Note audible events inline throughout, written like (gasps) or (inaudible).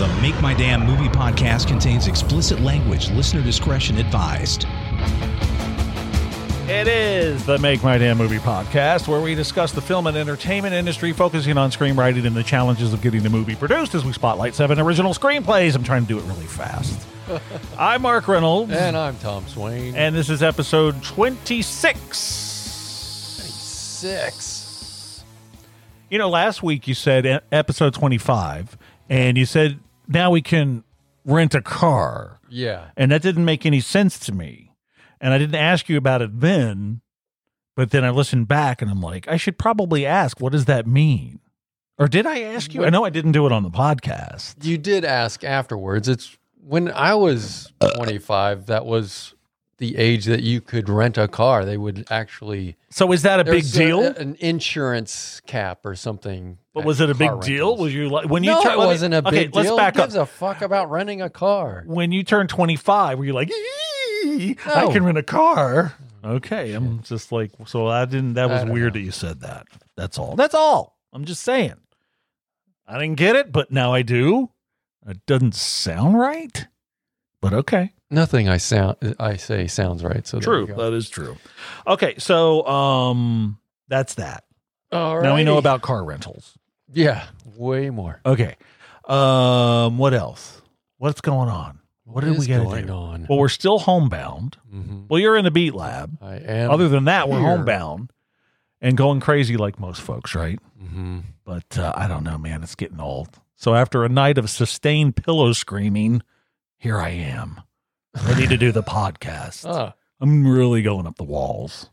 The Make My Damn Movie podcast contains explicit language. Listener discretion advised. It is the Make My Damn Movie podcast, where we discuss the film and entertainment industry, focusing on screenwriting and the challenges of getting the movie produced as we spotlight seven original screenplays. I'm trying to do it really fast. I'm Mark Reynolds, And I'm Tom Swain. and this is episode 26. six. You know, last week you said e- episode 25, and you said now we can rent a car. Yeah. And that didn't make any sense to me. And I didn't ask you about it then, but then I listened back and I'm like, I should probably ask, what does that mean? Or did I ask you? I know I didn't do it on the podcast. You did ask afterwards. It's when I was 25, that was the age that you could rent a car. They would actually. So is that a big there's a- uh, deal? an insurance cap or something. but at was it a big car deal? rentals. Was you like when you no, turn it wasn't a big okay, deal. Let's back Who up. gives a fuck about renting a car? when you turn 25, were you like, "Eee, I No. can rent a car? Okay. I'm just like, so I didn't, that I was don't weird know. that you said that. That's all. That's all. I'm just saying. I didn't get it, but now I do. It doesn't sound right, but okay. Nothing I sound I say sounds right. So there you go. That is true. Okay. So, um, that's that. All Now we know righty. about car rentals. yeah, way more. Okay. Um, what else? What's going on? What did we is get going on? Well, we're still homebound. Mhm. Well, you're in the beat lab. I am. Other than that, we're here. homebound and going crazy like most folks, right? Mhm. But uh, I don't know, man. It's getting old. So after a night of sustained pillow screaming, here I am, ready to do the (laughs) podcast. Ah, I'm really going up the walls.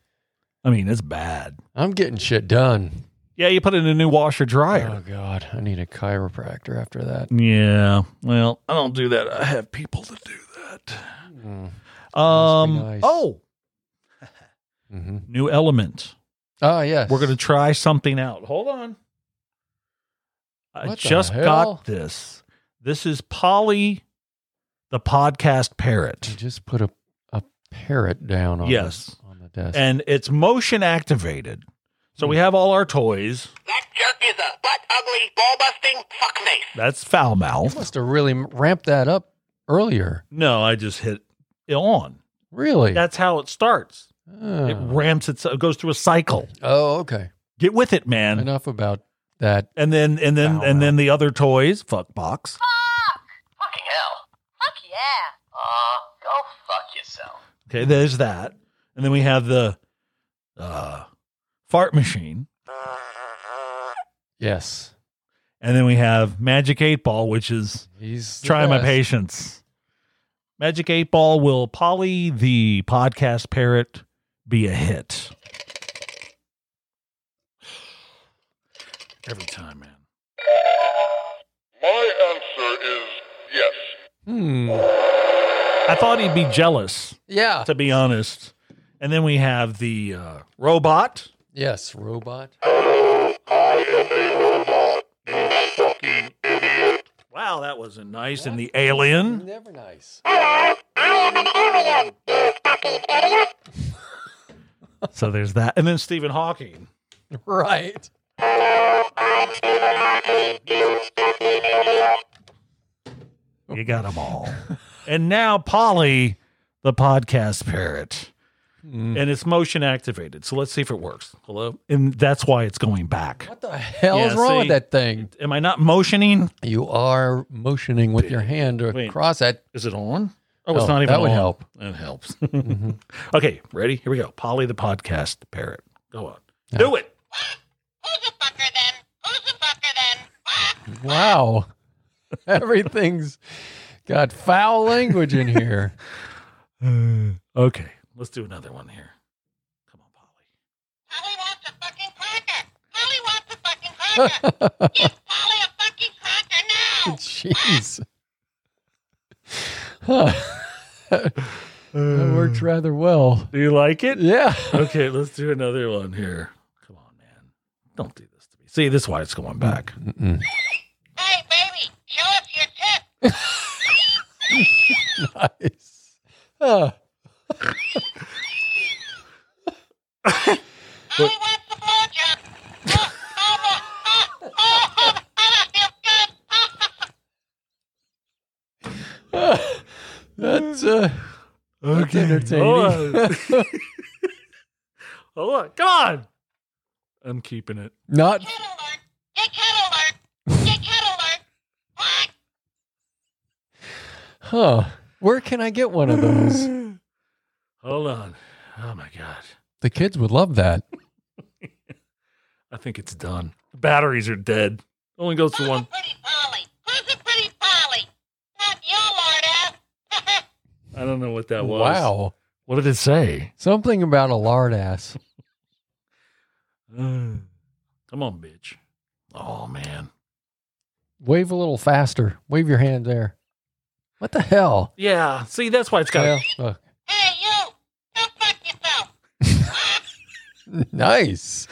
I mean, it's bad. I'm getting shit done. Yeah, you put in a new washer Oh dryer. God, I need a chiropractor after that. Yeah. Well, I don't do that. I have people that do that. Mm. Um. nice. Oh, Mhm. new element. Oh yes, We're gonna try something out. Hold on. I What the just hell? got this. This is Polly, the podcast You parrot, just put a a parrot down on Yes. the, on the desk. and it's motion activated. So we have all our toys. That jerk is a butt ugly, ball busting fuckface. That's foul you mouth. must have really m- ramped that up earlier. No, I just hit it on. Really? That's how it starts. oh. It ramps itself. It goes through a cycle. Oh, okay. Get with it, man. Enough about that. And then and then Foul and then the other toys. Fuck box. Fucking hell. Fuck yeah. Uh, go fuck yourself. Okay, there's that. And then we have the uh, fart machine. Yes, And then we have Magic 8 Ball, which is he's the try my best. patience. Magic 8 Ball will Polly the podcast parrot be a hit. Every time, man. My answer is yes. Hmm. I thought he'd be jealous, Yeah. to be honest. And then we have the uh, robot. Yes, robot. Wow, that wasn't nice. And the alien. Never nice. (laughs) So there's that. And then Stephen Hawking. Right. You got them (laughs) all. and now Polly, the podcast parrot, Mm. and it's motion activated. So let's see if it works. Hmm. Hello, and that's why it's going back. What the hell is Yeah, wrong see? with that thing? Am I not motioning? You are motioning with your hand Wait. across that. Is it on? Oh, it's Oh, not even. that would on. help. That (laughs) helps. okay, ready? Here we go. Polly, the podcast parrot. Go on. Yeah. Do it. Who's a fucker then? Who's a fucker then? Wow. (laughs) Everything's got foul language in (laughs) here. okay, let's do another one here. Come on, Polly. Polly wants a fucking cracker. Polly wants a fucking cracker. Give Polly a fucking cracker now. Jeez. Huh. (laughs) that Uh. worked rather well. Do you like (laughs) it? Yeah. okay, let's do another one here. Come on, man. Don't do this to me. See, this is why it's going back. Mm-mm. Hey, baby, show us your tip. Nice. Huh. Polly wants the blowjob. Oh, oh, oh, oh, oh, oh, that feels good. That's uh, that's entertaining. (laughs) (laughs) Hold on. Come on. I'm keeping it. Not Cat alert! Get cat alert! Get cat alert! What? huh? Where can I get one of those? (laughs) Hold on. Oh my god. The kids would love that. I think it's done. The batteries are dead. Only goes to Who's one. a pretty Polly? Who's a pretty Polly? Not your lord ass. I don't know what that was. Wow, What did it say? (sighs) something about a lard ass. Come on, bitch. Oh man. Wave a little faster. Wave your hand there. What the hell? Yeah. See, that's why it's got. Well, uh, (laughs) hey you! Go fuck yourself! (laughs) nice.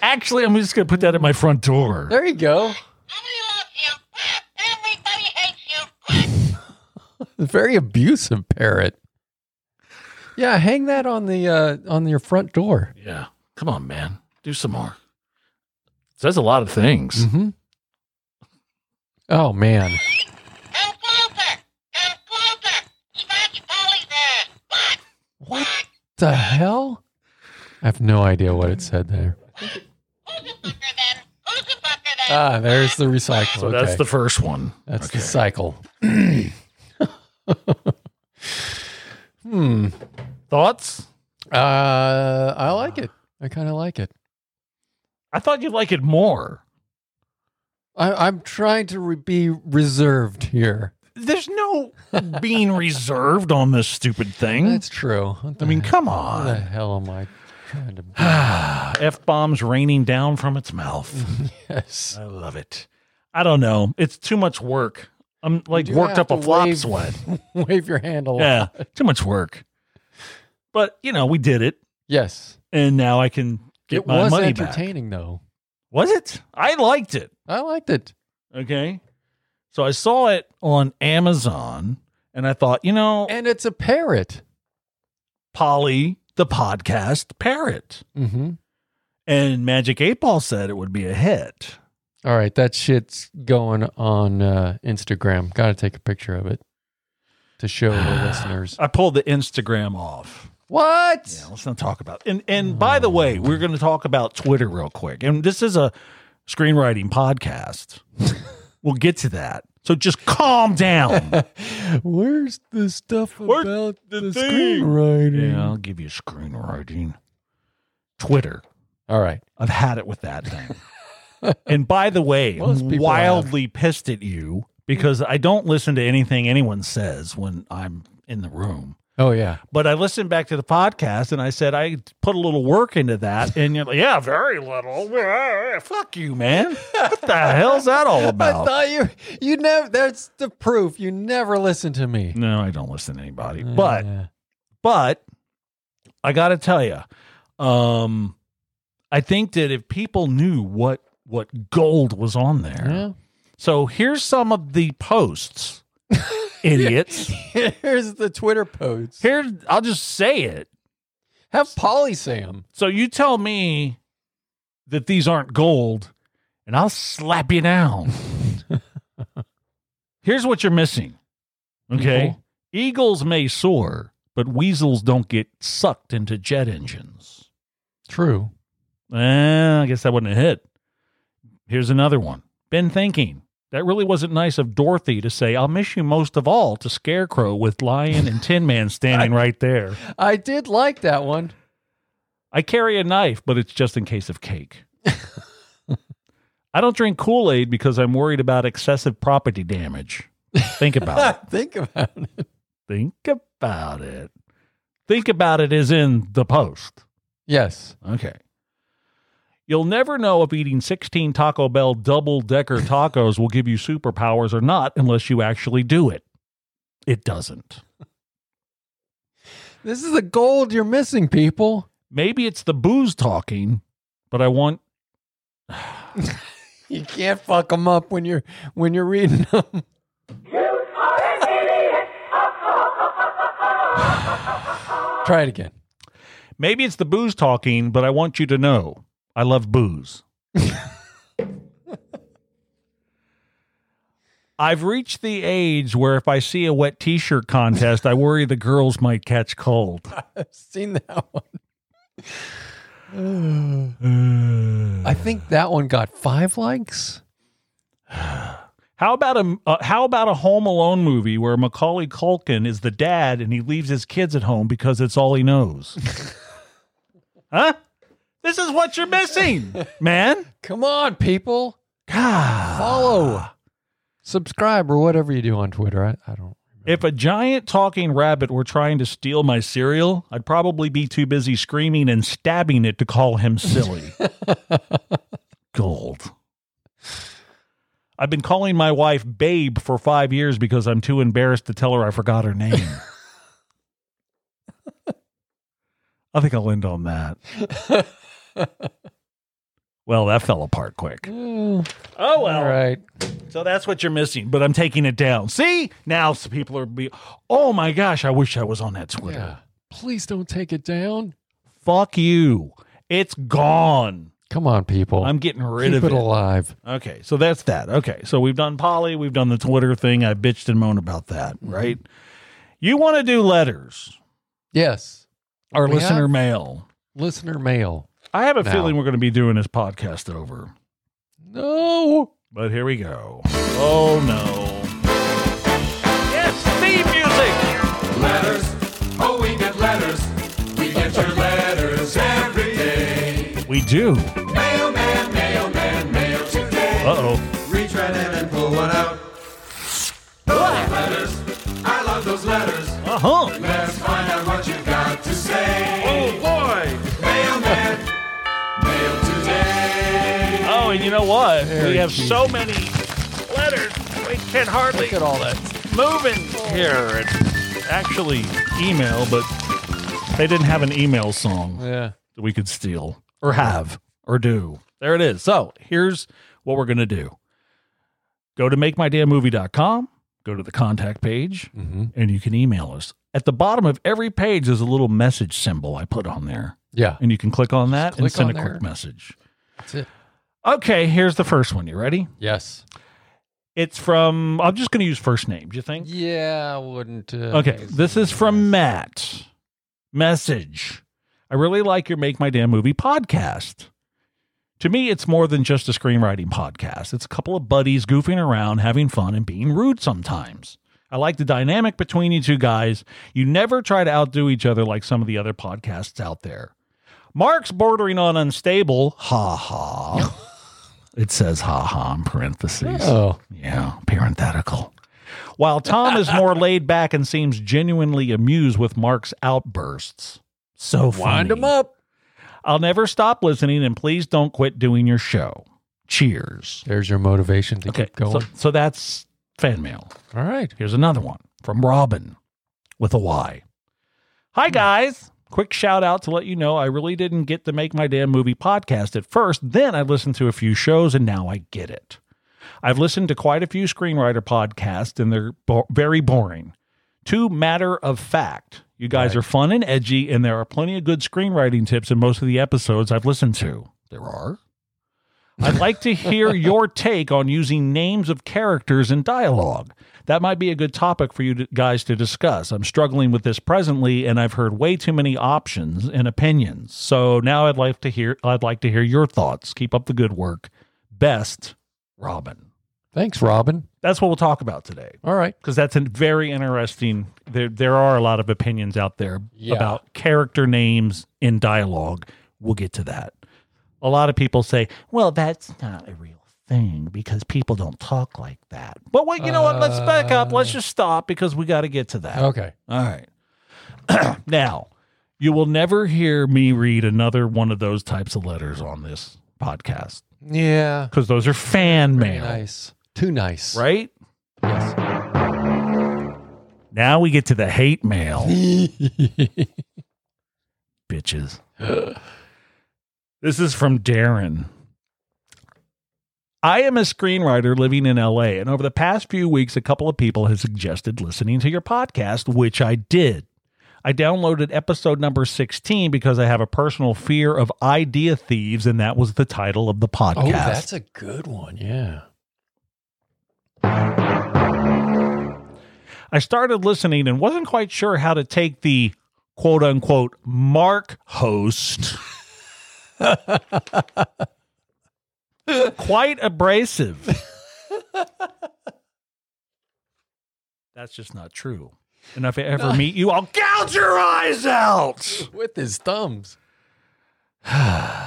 Actually, I'm just gonna put that at my front door. There you go. Nobody loves you. Everybody hates you. Very abusive parrot. Yeah, hang that on the uh, on your front door. Yeah. Come on, man. Do some more. Says a lot of things. Mm-hmm. Oh man. Come closer! Come closer! Scratch Polly's ass! What? What the hell? I have no idea what it said there. Who's a fucker then? Who's a fucker then? Ah, there's the recycle. So that's Okay. the first one. That's Okay. the cycle. (clears throat) hmm. Thoughts? Uh, I like it. I kind of like it. I thought you'd like it more. I, I'm trying to re- be reserved here. There's no being reserved on this stupid thing. That's true. What I the mean, he- come what the on. hell am I trying to (sighs) be? F bombs raining down from its mouth. Mm. yes. I love it. I don't know. It's too much work. I'm like do worked up have a to flop (laughs) wave- sweat. (laughs) Wave your hand a lot. Yeah, too much work. But you know, we did it, Yes. and now I can get it my was money back. entertaining, though. Was it? I liked it. I liked it. Okay, so I saw it on Amazon, and I thought, you know, And it's a parrot. Polly the podcast parrot, Mm-hmm. and Magic Eight Ball said it would be a hit. All right, that shit's going on uh, Instagram. Got to take a picture of it to (sighs) show the listeners. I pulled the Instagram off. What? Yeah, let's not talk about. And and by the way, we're going to talk about Twitter real quick. And this is a screenwriting (laughs) podcast. we'll get to that. So just calm down. Where's the stuff Where's about the, thing? screenwriting? yeah, I'll give you screenwriting. Twitter. All right. I've had it with that thing. (laughs) and by the way, Most I'm people wildly pissed at you because I don't listen to anything anyone says when I'm in the room. Oh yeah. But I listened back to the podcast and I said I put a little work into that. And you're like, yeah, very little. Fuck you, man. What the hell's that all (laughs) I about? thought you you never. That's the proof. You never listen to me. no, I don't listen to anybody. But Yeah. but I got to tell you, um, I think that if people knew what what gold was on there, Yeah. so here's some of the posts, idiots. here's the Twitter posts. Here, I'll just say it. Have Polly Sam. So you tell me that these aren't gold, and I'll slap you down. Here's what you're missing. Okay. Okay. Eagles may soar, but weasels don't get sucked into jet engines. True. Eh, I guess that wouldn't have hit. Here's another one. Been thinking. That really wasn't nice of Dorothy to say, I'll miss you most of all to Scarecrow with Lion and Tin Man standing right there. I did like that one. (laughs) I carry a knife, but it's just in case of cake. I don't drink Kool Aid because I'm worried about excessive property damage. Think (laughs) about it. Think about it. Think about it. Think about it is in the post. Yes. Okay. You'll never know if eating 16 Taco Bell double decker tacos will give you superpowers or not unless you actually do it. It doesn't. This is the gold you're missing, people. Maybe it's the booze talking, but I want You can't fuck them up when you're when you're reading them. (laughs) Try it again. maybe it's the booze talking, but I want you to know I love booze. (laughs) I've reached the age where if I see a wet T-shirt contest, I worry the girls might catch cold. I've seen that (sighs) one. Uh, I think that one got five likes. how about a uh, how about a Home Alone movie where Macaulay Culkin is the dad and he leaves his kids at home because it's all he knows? huh? This is what you're missing, man. Come on, people. God. Follow. Subscribe or whatever you do on Twitter. I, I don't. If a giant talking rabbit were trying to steal my cereal, I'd probably be too busy screaming and stabbing it to call him (laughs) silly. Gold. I've been calling my wife Babe for five years because I'm too embarrassed to tell her I forgot her (laughs) name. I think I'll end on (laughs) that. Well, that fell apart quick. Mm, Oh, All right. so that's what you're missing, but I'm taking it down. See, now s- people are be, oh my gosh, I wish I was on that Twitter. Yeah. Please don't take it down. Fuck you. It's gone. Come on, people. I'm getting rid Keep of it it. alive. Okay, so that's that. Okay, so we've done Polly, we've done the Twitter thing. I bitched and moaned about that, Mm-hmm. right? You want to do letters Yes. or We listener have- mail? Listener mail. I have a No. feeling we're going to be doing this podcast over. No. But here we go. Oh no. Yes, theme music. Letters. Oh, we get letters. We get your letters every day. We do. Mailman, mailman, mail today. Uh oh. Reach right in and pull one out. Letters. I love those letters. Uh huh. Let's find out what you've got to say. Oh boy! Mailman. Mail today. Oh, and you know what? we Very have cheesy. so many letters. We can hardly Look at all that. move in here. It's actually email, but they didn't have an email song. Yeah. that we could steal or have or do. There it is. So here's what we're going to do go to makemydamnmovie.com, go to the contact page, hmm and you can email us. At the bottom of every page is a little message symbol I put on there, Yeah. and you can click on that and click send a on there. quick message. That's it. Okay, here's the first one. You ready? Yes. It's from, I'm just going to use first name. Do you think? Yeah. I wouldn't. Uh, Okay, this is from Matt. Message. I really like your Make My Damn Movie podcast. To me, it's more than just a screenwriting podcast. It's a couple of buddies goofing around, having fun, and being rude sometimes. I like the dynamic between you two guys. You never try to outdo each other like some of the other podcasts out there. Mark's bordering on unstable. Ha (laughs) ha. it says ha ha in parentheses. Oh. Yeah, parenthetical. While Tom is (laughs) more laid back and seems genuinely amused with Mark's outbursts. So funny. Wind them up. I'll never stop listening, and please don't quit doing your show. Cheers. There's your motivation to Okay, keep going. so, so that's fan mail. All right. Here's another one from Robin with a Y. Hi, guys. Quick shout out to let you know I really didn't get to make my damn movie podcast at first. Then I listened to a few shows and now I get it. I've listened to quite a few screenwriter podcasts and they're bo- very boring. Too matter of fact. You guys Right. are fun and edgy, and there are plenty of good screenwriting tips in most of the episodes I've listened to. There are. I'd like to hear your take on using names of characters in dialogue. That might be a good topic for you to- guys to discuss. I'm struggling with this presently, and I've heard way too many options and opinions. So now I'd like to hear. I'd like to hear your thoughts. Keep up the good work. Best, Robin. Thanks, Robin. That's what we'll talk about today All right. because that's a very interesting. There, there are a lot of opinions out there Yeah. about character names in dialogue. We'll get to that. A lot of people say, "Well, that's not a real thing because people don't talk like that." But wait, you know what? Let's back up. Let's just stop because we got to get to that. Okay. All right. (clears throat) now, you will never hear me read another one of those types of letters on this podcast Yeah. because those are fan mail, Nice. Too nice. (laughs) right? Yes. Now we get to the hate mail. bitches. this is from Darren. I am a screenwriter living in LA, and over the past few weeks, a couple of people have suggested listening to your podcast, which I did. I downloaded episode number 16 because I have a personal fear of idea thieves, and that was the title of the podcast. oh, that's a good one. Yeah. I started listening and wasn't quite sure how to take the quote unquote Mark host. quite abrasive. That's just not true. And if I ever meet you, I'll gouge your eyes out. with his (gasps) thumbs. I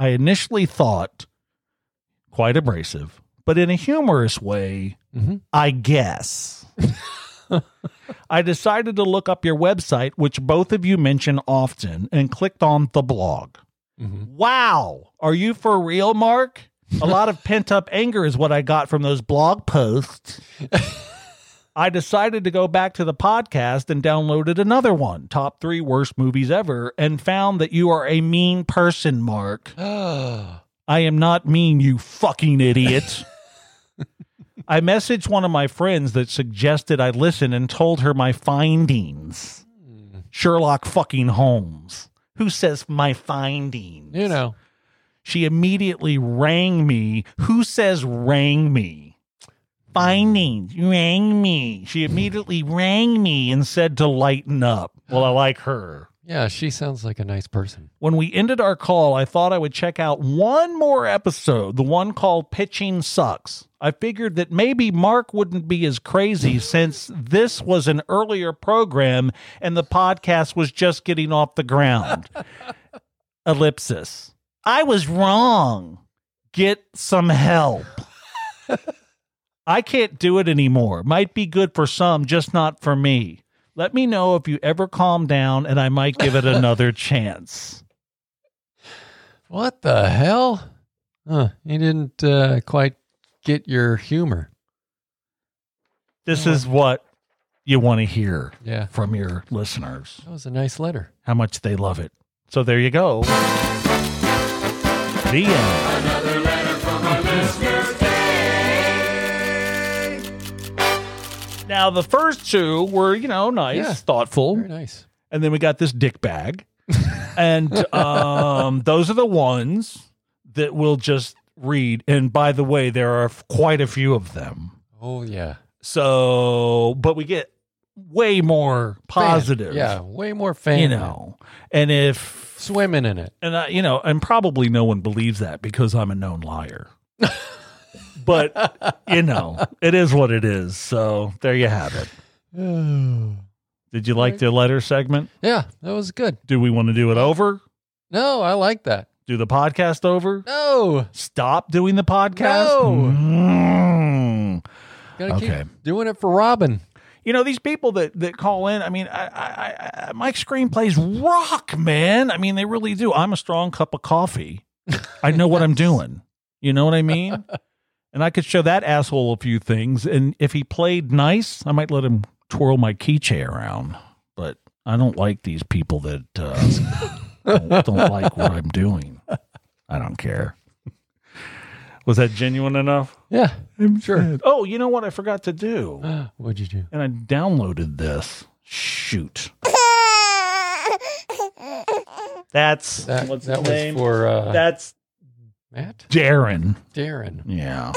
initially thought quite abrasive, but in a humorous way, Mhm. I guess. (laughs) I decided to look up your website, which both of you mention often, and clicked on the blog. Mhm. Wow. Are you for real, Mark? A lot of pent up anger is what I got from those blog posts. I decided to go back to the podcast and downloaded another one, Top Three Worst Movies Ever, and found that you are a mean person, Mark. I am not mean, you fucking (laughs) idiot. I messaged one of my friends that suggested I listen and told her my findings. Hmm. Sherlock fucking Holmes. Who says my findings? you know, She immediately rang me. Who says rang me? Findings. Rang me. She immediately rang me and said to lighten up. Well, I like her. yeah, she sounds like a nice person. When we ended our call, I thought I would check out one more episode, the one called Pitching Sucks. I figured that maybe Mark wouldn't be as crazy since this was an earlier program and the podcast was just getting off the ground. (laughs) Ellipsis. I was wrong. Get some help. (laughs) I can't do it anymore. Might be good for some, just not for me. Let me know if you ever calm down and I might give it another chance. What the hell? Huh, you didn't uh, quite get your humor. This is what you want to hear Yeah, from your listeners, that was a nice letter. how much they love it. So there you go. The end. Another letter from our listener's day. Now, the first two were, you know, nice, Yeah. thoughtful. Very nice. and then we got this dick (laughs) bag and um those are the ones that we'll just read and by the way there are f- quite a few of them Oh yeah, so but we get way more positive Fan. Yeah, way more fan. you know and if swimming in (laughs) it. (sighs) and I, you know and probably no one believes that because i'm a known (laughs) liar but you know it is what it is so there you have it did you like the letter segment yeah, that was good. do we want to do it over No, I like that. do the podcast over? No, Stop doing the podcast? No. Mm. gotta Okay. keep doing it for Robin. You know, these people that, that call in, I mean, I, I, I, my screenplays rock, man. I mean, they really do. I'm a strong cup of coffee. I know (laughs) what I'm doing. You know what I (laughs) mean? And I could show that asshole a few things. And if he played nice, I might let him twirl my key chair around. But I don't like these people that uh, don't, don't like what I'm doing. I don't care. Was that genuine enough? Yeah, I'm sure. Oh, you know what I forgot to do? What'd you do? and I downloaded this. Shoot. That's That what's that his was name? for uh, That's Matt Darren. Darren. Yeah.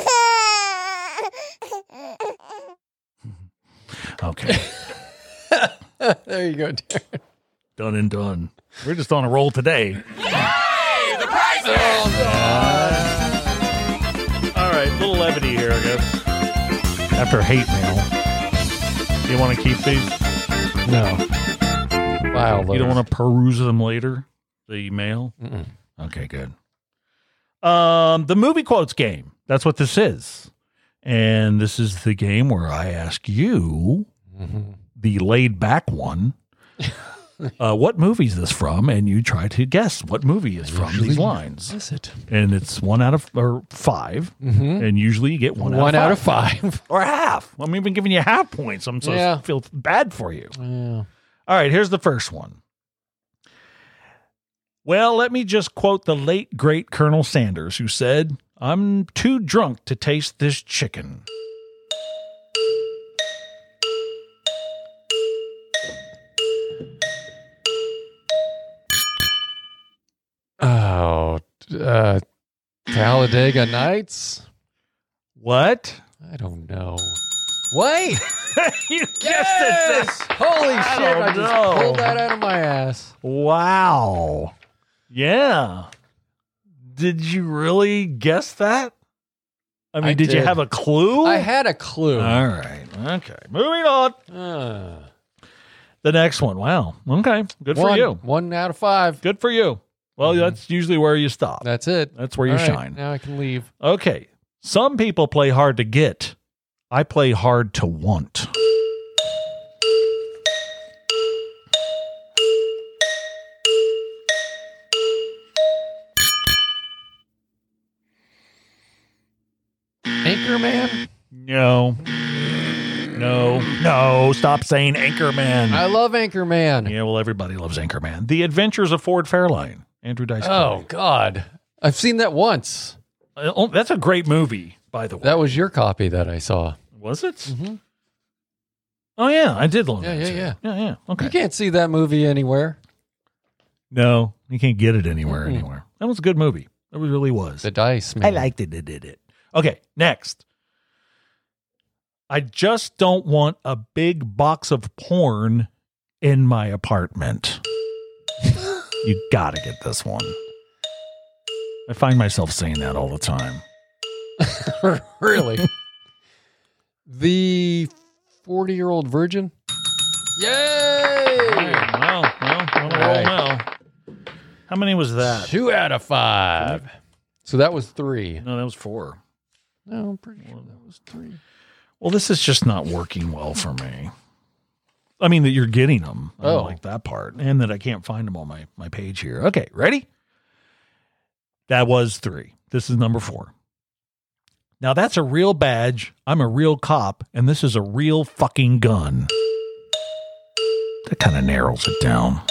Okay. there you go, (laughs) Darren. Done and done. We're just on a roll today. All right, little levity here, I guess. After hate mail. You want to keep these? No, file. You don't want to peruse them later? The mail? Mm-mm. Okay, good. Um, the movie quotes game. That's what this is. And this is the game where I ask you Mm-hmm. the laid back (laughs) one. uh, what movie is this from? And you try to guess what movie is from these lines. Is it And it's one out of or 5 And usually you get one, Mm-hmm. one, out of five. five? Or half. I'm even giving you half points. I'm so Yeah. feel bad for you. (laughs) yeah. All right, here's the first one. Well, let me just quote the late great Colonel Sanders, who said, I'm too drunk to taste this chicken. Oh, uh, Talladega Nights. What? (laughs) I don't know. Wait. you guessed it. Holy I shit. don't I just know. pulled that out of my ass. Wow. Yeah. Did you really guess that? I mean, I did, you did. have a clue? I had a clue. All right. Okay. Moving on. Uh, The next one. Wow. Okay. Good for one- Mm-hmm. you. One out of five. Good for you. Well, that's usually where you stop. That's it. That's where you All right, shine. Now I can leave. Okay. Some people play hard to get. I play hard to want. Anchorman. No. No, no, stop saying Anchorman. I love Anchorman. yeah, well, everybody loves Anchorman. The Adventures of Ford Fairline. Andrew Dice. Oh, God. I've seen that once. Clay. Oh, that's a great movie, by the way. That was your copy that I saw. was it? Oh yeah, I did loan Yeah, that yeah, to you. yeah. yeah, yeah. Okay. You can't see that movie anywhere. No, you can't get it anywhere. Mm-mm. Anywhere. That was a good movie. It really was. The dice, man. (laughs) liked it. It did it. Okay, next. I just don't want a big box of porn in my apartment. you gotta get this one. I find myself saying that all the time. really. (laughs) the 40 year old virgin. Yay! Wow, wow, wow, Right. wow. How many was that? Two out of five. So that was three. No, that was four. No, I'm pretty sure that was three. Well, this is just not working well for me. I mean that you're getting them. I Oh. don't like that part, and that I can't find them on my my page here. Okay, ready? That was three. This is number four. Now that's a real badge. I'm a real cop, and this is a real fucking gun. That kind of narrows it down.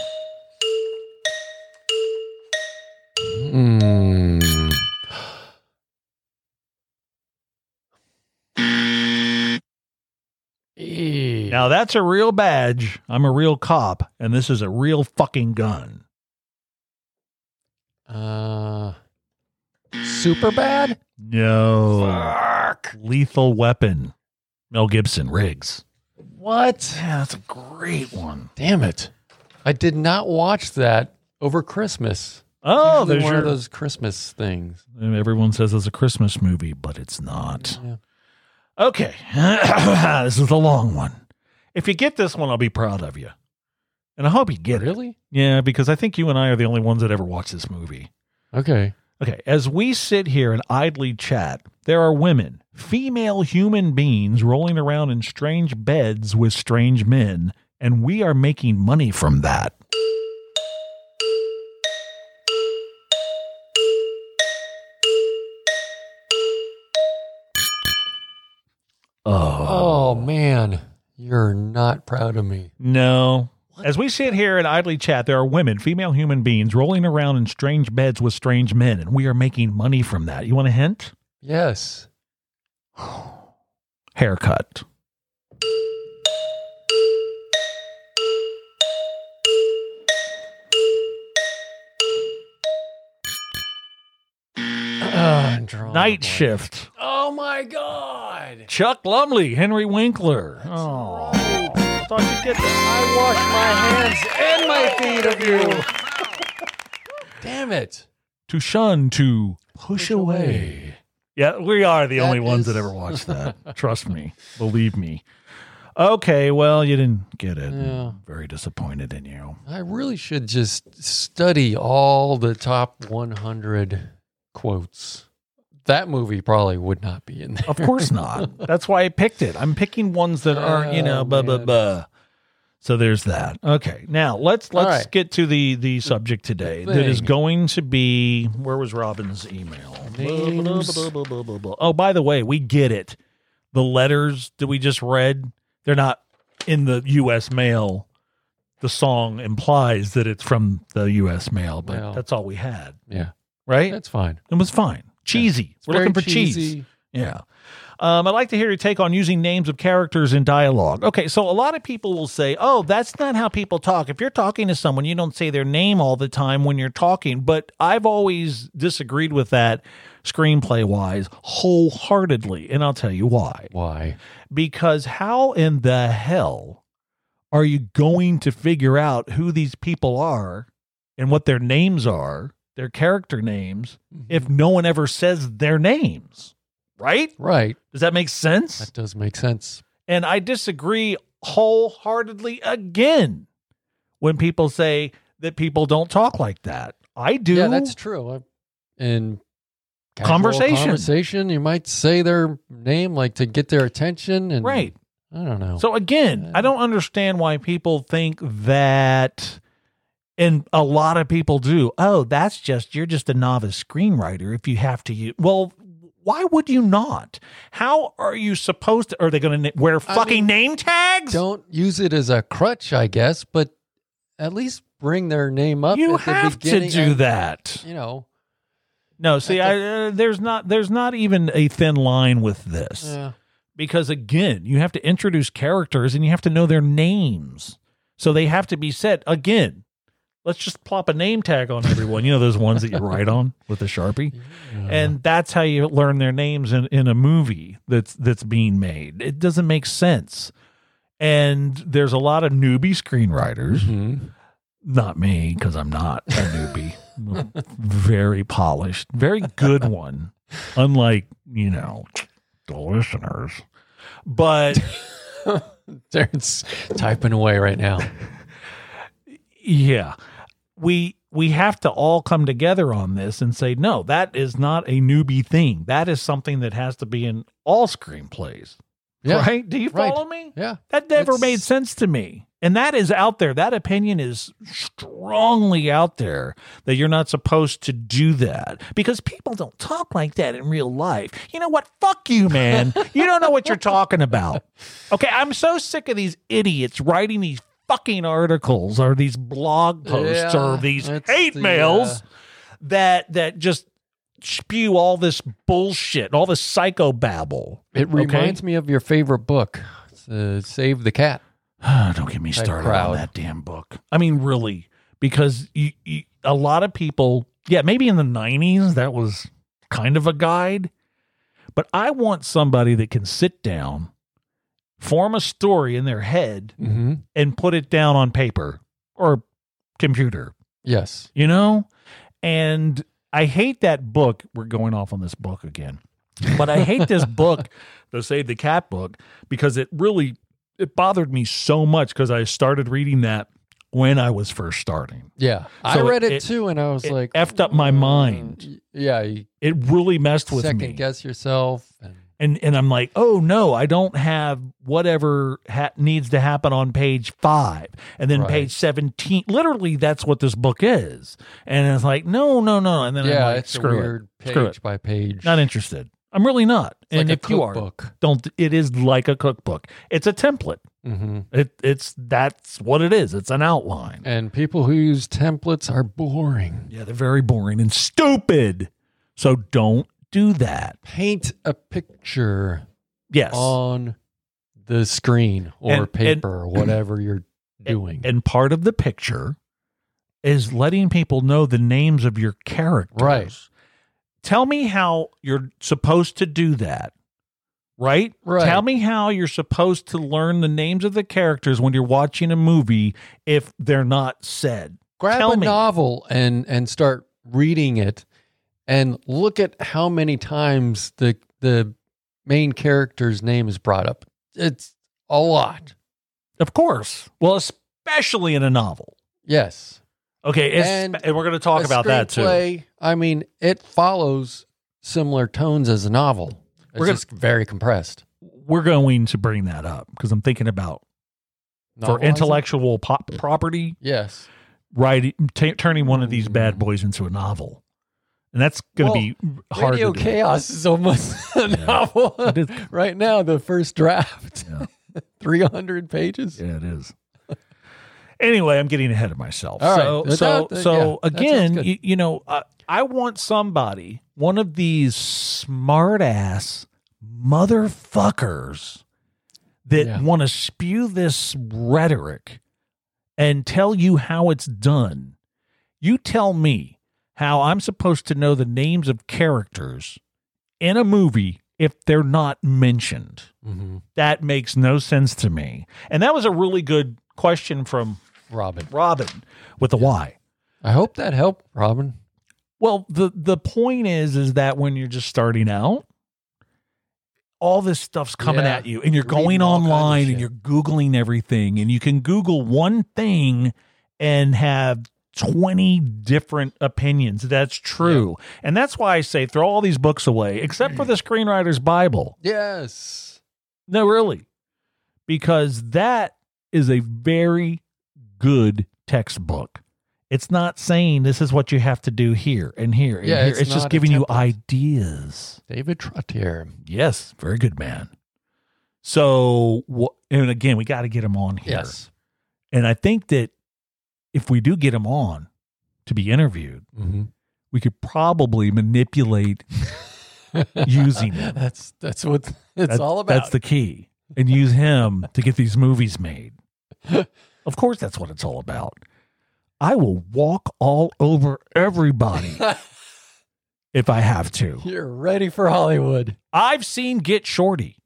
Mm. Eh. Now that's a real badge. I'm a real cop, and this is a real fucking gun. Uh, super bad? No. Lethal Weapon. Mel Gibson Riggs. What? Yeah, that's a great one. Damn it. I did not watch that over Christmas. Oh, Usually there's one your. of those Christmas things. Everyone says it's a Christmas movie, but it's not. Yeah. Okay, (coughs) this is the long one. If you get this one, I'll be proud of you, and I hope you get it. Really? Yeah, because I think you and I are the only ones that ever watched this movie. Okay. Okay, as we sit here and idly chat, there are women, female human beings rolling around in strange beds with strange men, and we are making money from that. Oh. Oh, man. You're not proud of me. No. As we sit here and idly chat, there are women, female human beings, rolling around in strange beds with strange men, and we are making money from that. You want a hint? Yes. Haircut. Ah, I'm drawing a Oh, Night blank. shift. Oh, my God. Chuck Lumley, Henry Winkler. Oh, I thought you'd get that. I wash my hands and my feet of you. (laughs) Damn it. To shun, to push, away. Yeah, we are the That only ones is- that ever (laughs) watched that. Trust me. Believe me. Okay, well, you didn't get it. Yeah. Very disappointed in you. I really should just study all the top 100 quotes. That movie probably would not be in there. Of course (laughs) not. That's why I picked it. I'm picking ones that aren't, you know, Oh, blah blah man. blah. So there's that. Okay. Now let's let's right. get to the the subject today that is thing. going to be where was Robin's email? Blah, blah, Names. blah, blah, blah, blah, blah. Oh, by the way, we get it. The letters that we just read, they're not in the U.S. mail. The song implies that it's from the U.S. mail, but Well. that's all we had, Yeah, right? that's fine. It was fine. Cheesy. It's We're looking for very cheese. cheesy. Yeah. Um, I'd like to hear your take on using names of characters in dialogue. Okay, so a lot of people will say, oh, that's not how people talk. If you're talking to someone, you don't say their name all the time when you're talking. But I've always disagreed with that screenplay wise wholeheartedly. And I'll tell you why. Why? Because how in the hell are you going to figure out who these people are and what their names are, their character names, if no one ever says their names? Right? Right. Does that make sense? That does make sense. And I disagree wholeheartedly again when people say that people don't talk like that. I do. Yeah, that's true. I- In casual Conversation. conversation, you might say their name like to get their attention, and right. I don't know. So again, Yeah. I don't understand why people think that and a lot of people do. Oh, that's just you're just a novice screenwriter if you have to use well why would you not? How are you supposed to? Are they going to wear I fucking mean, name tags? don't use it as a crutch, I guess, but at least bring their name up. you at the have to beginning do and, that. You know, No, see, At I, uh, there's not there's not even a thin line with this yeah, because again, you have to introduce characters and you have to know their names, so they have to be said again. Let's just plop a name tag on everyone. You know those ones that you write on with a sharpie, and that's how you learn their names in, in a movie that's that's being made. It doesn't make sense, and there's a lot of newbie screenwriters not me because I'm not a newbie. very polished, very good one. Unlike you know the listeners, but Darren's typing away right now. (laughs) yeah, we we have to all come together on this and say no, that is not a newbie thing. That is something that has to be in all screenplays. Yeah, Right? Do you right. follow me? yeah, That never It's- made sense to me. And that is out there. That opinion is strongly out there that you're not supposed to do that because people don't talk like that in real life. You know what? Fuck you, (laughs) man. you don't know what you're talking about. Okay. I'm so sick of these idiots writing these fucking articles or these blog posts Yeah, or these it's hate the, mails uh, that, that just spew all this bullshit, all this psychobabble. It reminds me of your favorite book, It's, uh, "Save the Cat." Ah, (sighs) don't get me Type started on crowd. that damn book. I mean, really, because you, you, a lot of people, yeah, maybe in the 90s, that was kind of a guide. But I want somebody that can sit down, form a story in their head, Mm-hmm. and put it down on paper or computer, Yes, you know? And I hate that book. We're going off on this book again. But I hate (laughs) this book, the Save the Cat book, because it really it bothered me so much because I started reading that when I was first starting. yeah. I So read it, it- too, and I was it like, effed up my mm, mind. Yeah, you It really messed with me. second guess yourself. And, and and I'm like, oh no, I don't have whatever ha- needs to happen on page five, and then Right. page seventeen. Literally, that's what this book is, and it's like, no, no, no, and then yeah, I'm like, it's a screw weird it, page screw it, by page. not interested. I'm really not. It's and like if a you are, cookbook. don't. It is like a cookbook. It's a template. hmm It it's that's what it is. It's an outline. And people who use templates are boring. Yeah, they're very boring and stupid. So don't do that. Paint a picture Yes. on the screen or And- and- paper or whatever you're doing. and part of the picture is letting people know the names of your characters. Right. Tell me how you're supposed to do that. Right? Right. Tell me how you're supposed to learn the names of the characters when you're watching a movie if they're not said. Grab tell a me. novel and and start reading it and look at how many times the the main character's name is brought up. It's a lot. Of course. Well, especially in a novel. Yes. Okay, it's, and, And we're going to talk A about that too. screenplay, I mean, it follows similar tones as a novel. It's We're gonna- just very compressed. We're going to bring that up because I'm thinking about for Novelizing? intellectual pop- property Yes. writing, t- turning one of these bad boys into a novel, and that's going to Hmm. Well, be hard. Radio to do. Chaos is almost (laughs) a novel (laughs) It is. right now. The first draft, Yeah. (laughs) three hundred pages. Yeah, it is. (laughs) Anyway, I'm getting ahead of myself. All so, right. so, That- yeah, so that sounds again, good. you, you know, uh, I want somebody, one of these smart ass motherfuckers that Yeah. want to spew this rhetoric and tell you how it's done. You tell me how I'm supposed to know the names of characters in a movie if they're not mentioned hmm that makes no sense to me. And that was a really good question from Robin. Robin with the why. I hope that helped, Robin. Well, the the point is is that when you're just starting out, all this stuff's coming Yeah. at you and you're Reading going all kinds of online shit. and you're googling everything and you can google one thing and have 20 different opinions. That's true. And that's why I say throw all these books away except (clears throat) for the screenwriter's bible. Yes. No, really. Because that is a very good textbook. It's not saying this is what you have to do here and here and Yeah, here. it's It's, just not a giving you template. ideas. David Trottier. Yes, very good man. So, wh- and again, we got to get him on here. Yes. And I think that if we do get him on to be interviewed, hmm we could probably (laughs) manipulate Using him. That's that's what it's That- all about. That's the key. And use him to get these movies (laughs) made. of course, that's what it's all about. I will walk all over (laughs) everybody if I have to. You're ready for (laughs) Hollywood. I've seen Get Shorty,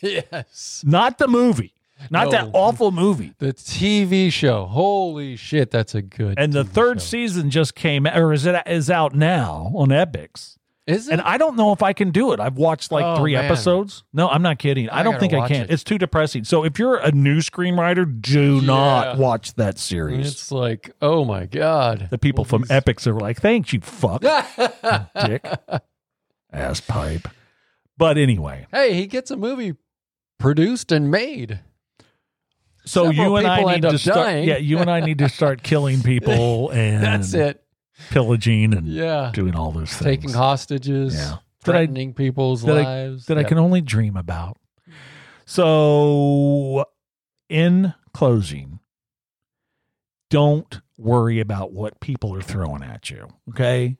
Yes. not the movie, not that No. awful movie. The TV show. Holy shit, that's a good. And the TV third show. season just came, or is it is out now on Epics? is it? And I don't know if I can do it. I've watched like Oh, three man. episodes. No, I'm not kidding. I, I don't gotta think I watch can. it. It's too depressing. So if you're a new screenwriter, do not Yeah. watch that series. It's like, oh my god. The people from Movies. Epics are like, thanks, you (laughs) fuck, dick, ass pipe. But anyway, hey, he gets a movie produced and made. so Several you and I people need end up to start. dying. Yeah, you and I need to start (laughs) killing people and That's it. pillaging and Yeah. doing all those things. Taking hostages, Yeah. Did I- threatening people's did I- lives. that I Yeah. can only dream about. So, in closing, don't worry about what people are throwing at you. Okay.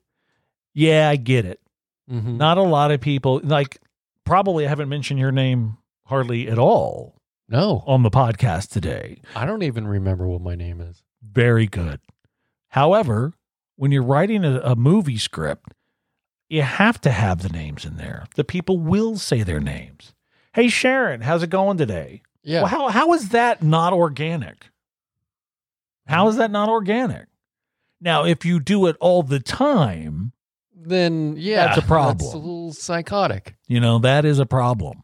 Yeah, I get it. Mhm. Not a lot of people, like, probably I haven't mentioned your name hardly at all No, on the podcast today. I don't even remember what my name is. Very good. However, when you're writing a, a movie script, you have to have the names in there. The people will say their names. Hey, Sharon, how's it going today? Yeah. Well, how, how is that not organic? How is that not organic? Now, if you do it all the time, Then yeah, That's a problem. a little psychotic. you know, that is a problem.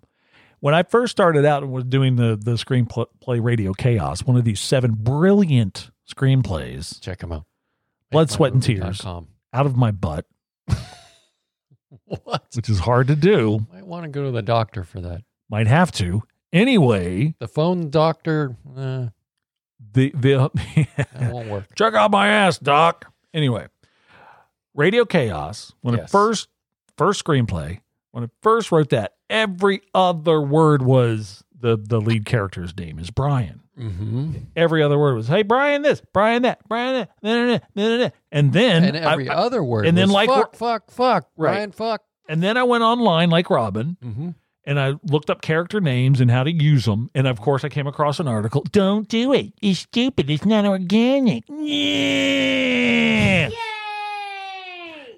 When I first started out and was doing the, the screenplay Radio Chaos, one of these seven brilliant screenplays, Check him out. Blood, Sweat, and Tears. MakeMyMovie.com. out of my butt, (laughs) What? which is hard to do, Might want to go to the doctor for that. might have to. Anyway, The phone doctor. Uh, the (laughs) the that won't work. check out my ass, doc. Anyway, Radio Chaos, when it Yes. first first screenplay, when I first wrote that, every other word was the the lead character's name is Brian. Mm-hmm. Every other word was, "Hey Brian, this, Brian that, Brian that." nah, nah, nah, nah, nah, nah." And then And, I- every I, other word. and then was like fuck, fuck, fuck, Right. Ryan, fuck. and then I went online like Robin Mm-hmm. and I looked up character names and how to use them. And of course, I came across an article. Don't do it. It's stupid. It's not organic. Yeah. (laughs)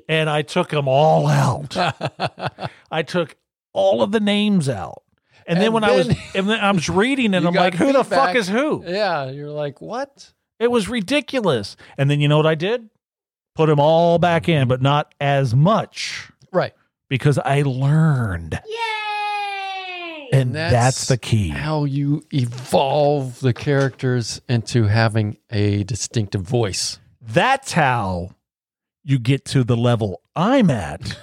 And I took them all (laughs) out. I took all of the names out. And, then And when I was, then- and then I'm just reading, and (laughs) You I'm got like, who the fuck feedback. is who? yeah, you're like what? It was ridiculous. And then you know what I did? Put them all back in, but not as much Right. because I learned. And that's, That's the key. How you evolve the characters into having a distinctive voice. That's how you get to the level I'm at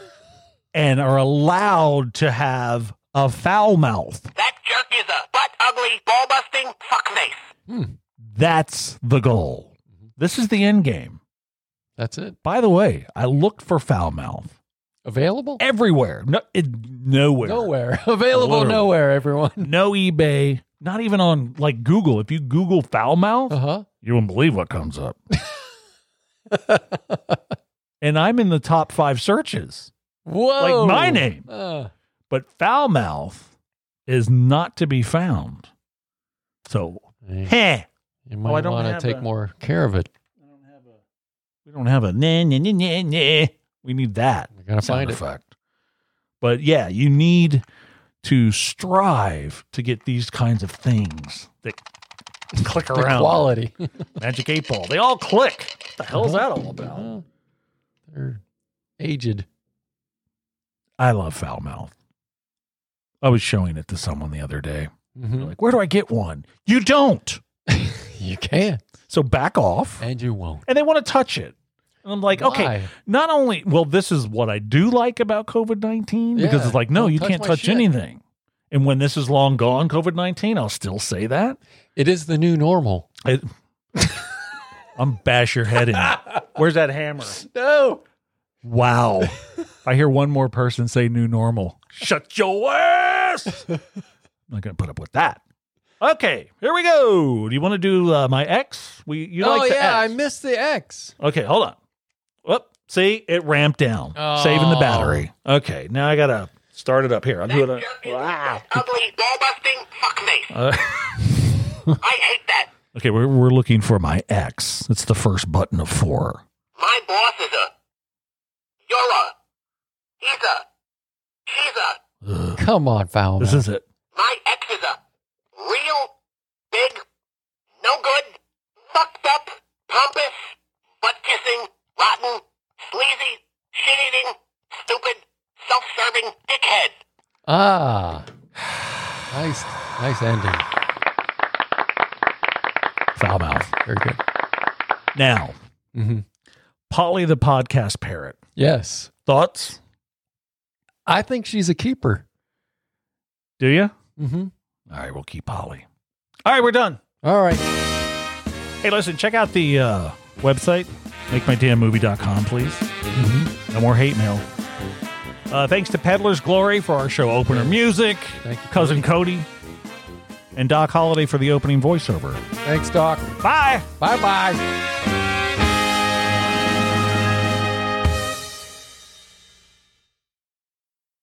and are allowed to have a foul mouth. That jerk is a butt ugly, ball busting fuckface. That's the goal. This is the end game. That's it. By the way, I looked for foul mouth Available everywhere. No, it, nowhere. nowhere. (laughs) Available Literally. nowhere. Everyone. No eBay. Not even on like Google. If you Google foul mouth, Uh huh. you won't believe what comes up. (laughs) and I'm in the top five searches. Whoa. Like my name. Uh, But foul mouth is not to be found. So, You heh, you Oh, I might don't want have to take a- more care of it. we don't have a nah, nah, nah, nah, nah. We need that. We're gonna sound find it. effect. But yeah, you need to strive to get these kinds of things that click The around. quality. (laughs) Magic eight ball. They all click. What the hell's that all about? Well, Uh, They're aged. I love foul mouth. I was showing it to someone the other day. They're Mhm. Like, where do I get one? You don't. You can So back off. and you won't. And they want to touch it. And I'm like, okay, Why? not only, well, this is what I do like about COVID 19 because Yeah, it's like, no, don't you touch can't my touch shit. anything. And when this is long gone, COVID 19, I'll still say that. It is the new normal. (laughs) I, I'm bash your head in. Where's that hammer? No. Wow. If (laughs) I hear one more person say new normal. Shut your ass. I'm not going to put up with that. Okay, here we go. Do you want to do uh, my X? We you oh like the yeah, I X. missed the X. Okay, hold on. Whoop. See, it ramped down. Saving the Oh. battery. Okay, now I got to start it up here. I'm doing (laughs) a Wow. Ugly, ball busting fuckface. uh, I hate that. Okay, we're we're looking for my X. It's the first button of 4. My boss is a. You're a. He's a. She's a. Come on, foul. This mouth. is it. My ex is a real big, no good, fucked up, pompous, butt kissing, rotten, sleazy, shit eating, stupid, self serving dickhead. ah. (sighs) Nice, nice ending. Foul mouth. Very good. Now, hmm Polly the podcast parrot. Yes, Thoughts? I think she's a keeper. Do you? Mm-hmm. All right, we'll keep Polly. All right, we're done. All right. Hey, listen, check out the uh, website, makemydamnmovie.com, please. Mm-hmm. No more hate mail. Uh, thanks to Peddler's Glory for our show opener music, Thank you, Cousin Cody, and Doc Holliday for the opening voiceover. Thanks, Doc. Bye. Bye bye.